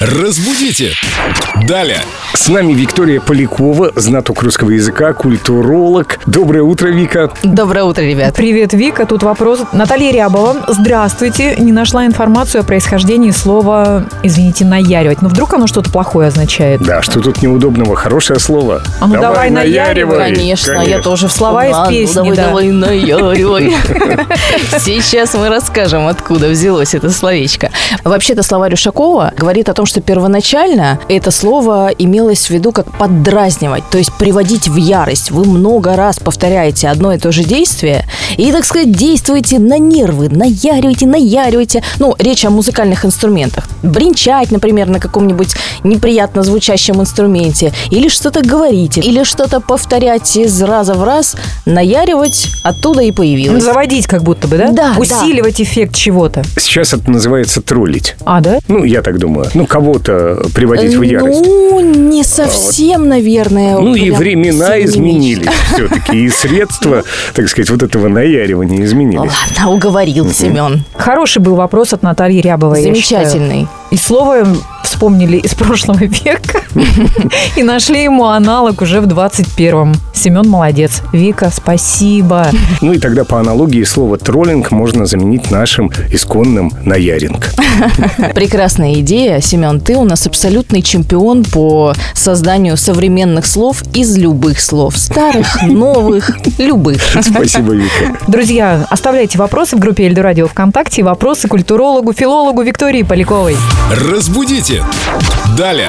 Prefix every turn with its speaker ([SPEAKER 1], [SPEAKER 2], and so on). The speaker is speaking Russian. [SPEAKER 1] Разбудите! Далее!
[SPEAKER 2] С нами Виктория Полякова, знаток русского языка, культуролог. Доброе утро, Вика.
[SPEAKER 3] Доброе утро, ребят.
[SPEAKER 4] Привет, Вика. Тут вопрос. Наталья Рябова. Здравствуйте. Не нашла информацию о происхождении слова, извините, наяривать. Но вдруг оно что-то плохое означает?
[SPEAKER 2] Да, что тут неудобного? Хорошее слово.
[SPEAKER 4] А ну давай наяривай.
[SPEAKER 3] Конечно, я тоже в
[SPEAKER 4] Слова из песни,
[SPEAKER 3] давай,
[SPEAKER 4] да.
[SPEAKER 3] давай, наяривай. Сейчас мы расскажем, откуда взялось это словечко. Вообще-то словарь Ушакова говорит о том, что первоначально это слово имелось в виду как поддразнивать, то есть приводить в ярость. Вы много раз повторяете одно и то же действие и, так сказать, действуете на нервы, наяриваете, наяриваете. Ну, речь о музыкальных инструментах. Бринчать, например, на каком-нибудь неприятно звучащем инструменте, или что-то говорите, или что-то повторять из раза в раз, наяривать оттуда и
[SPEAKER 4] Ну,
[SPEAKER 3] появилось.
[SPEAKER 4] заводить как будто бы, да?
[SPEAKER 3] Да,
[SPEAKER 4] Усиливать эффект чего-то.
[SPEAKER 2] Сейчас это называется троллить.
[SPEAKER 4] А, да?
[SPEAKER 2] Ну, я так думаю. Ну, кого-то приводить в ярость.
[SPEAKER 3] Ну, не совсем, наверное.
[SPEAKER 2] Ну и
[SPEAKER 3] прям
[SPEAKER 2] времена
[SPEAKER 3] сильно
[SPEAKER 2] изменились все-таки, и средства, так сказать, вот этого наяривания изменились.
[SPEAKER 3] Ладно, уговорил Семен.
[SPEAKER 4] Хороший был вопрос от Натальи Рябовой. я считаю.
[SPEAKER 3] Замечательный.
[SPEAKER 4] И слово вспомнили из прошлого века. И нашли ему аналог уже в 21-м. Семен молодец. Вика, спасибо.
[SPEAKER 2] Ну и тогда по аналогии слово троллинг можно заменить нашим исконным наяринг.
[SPEAKER 3] Прекрасная идея, Семен. Ты у нас абсолютный чемпион по созданию современных слов из любых слов. Старых, новых, любых.
[SPEAKER 2] Спасибо, Вика.
[SPEAKER 4] Друзья, оставляйте вопросы в группе Эльдорадио ВКонтакте. и Вопросы культурологу, филологу Виктории Поляковой.
[SPEAKER 1] Разбудите! Далее!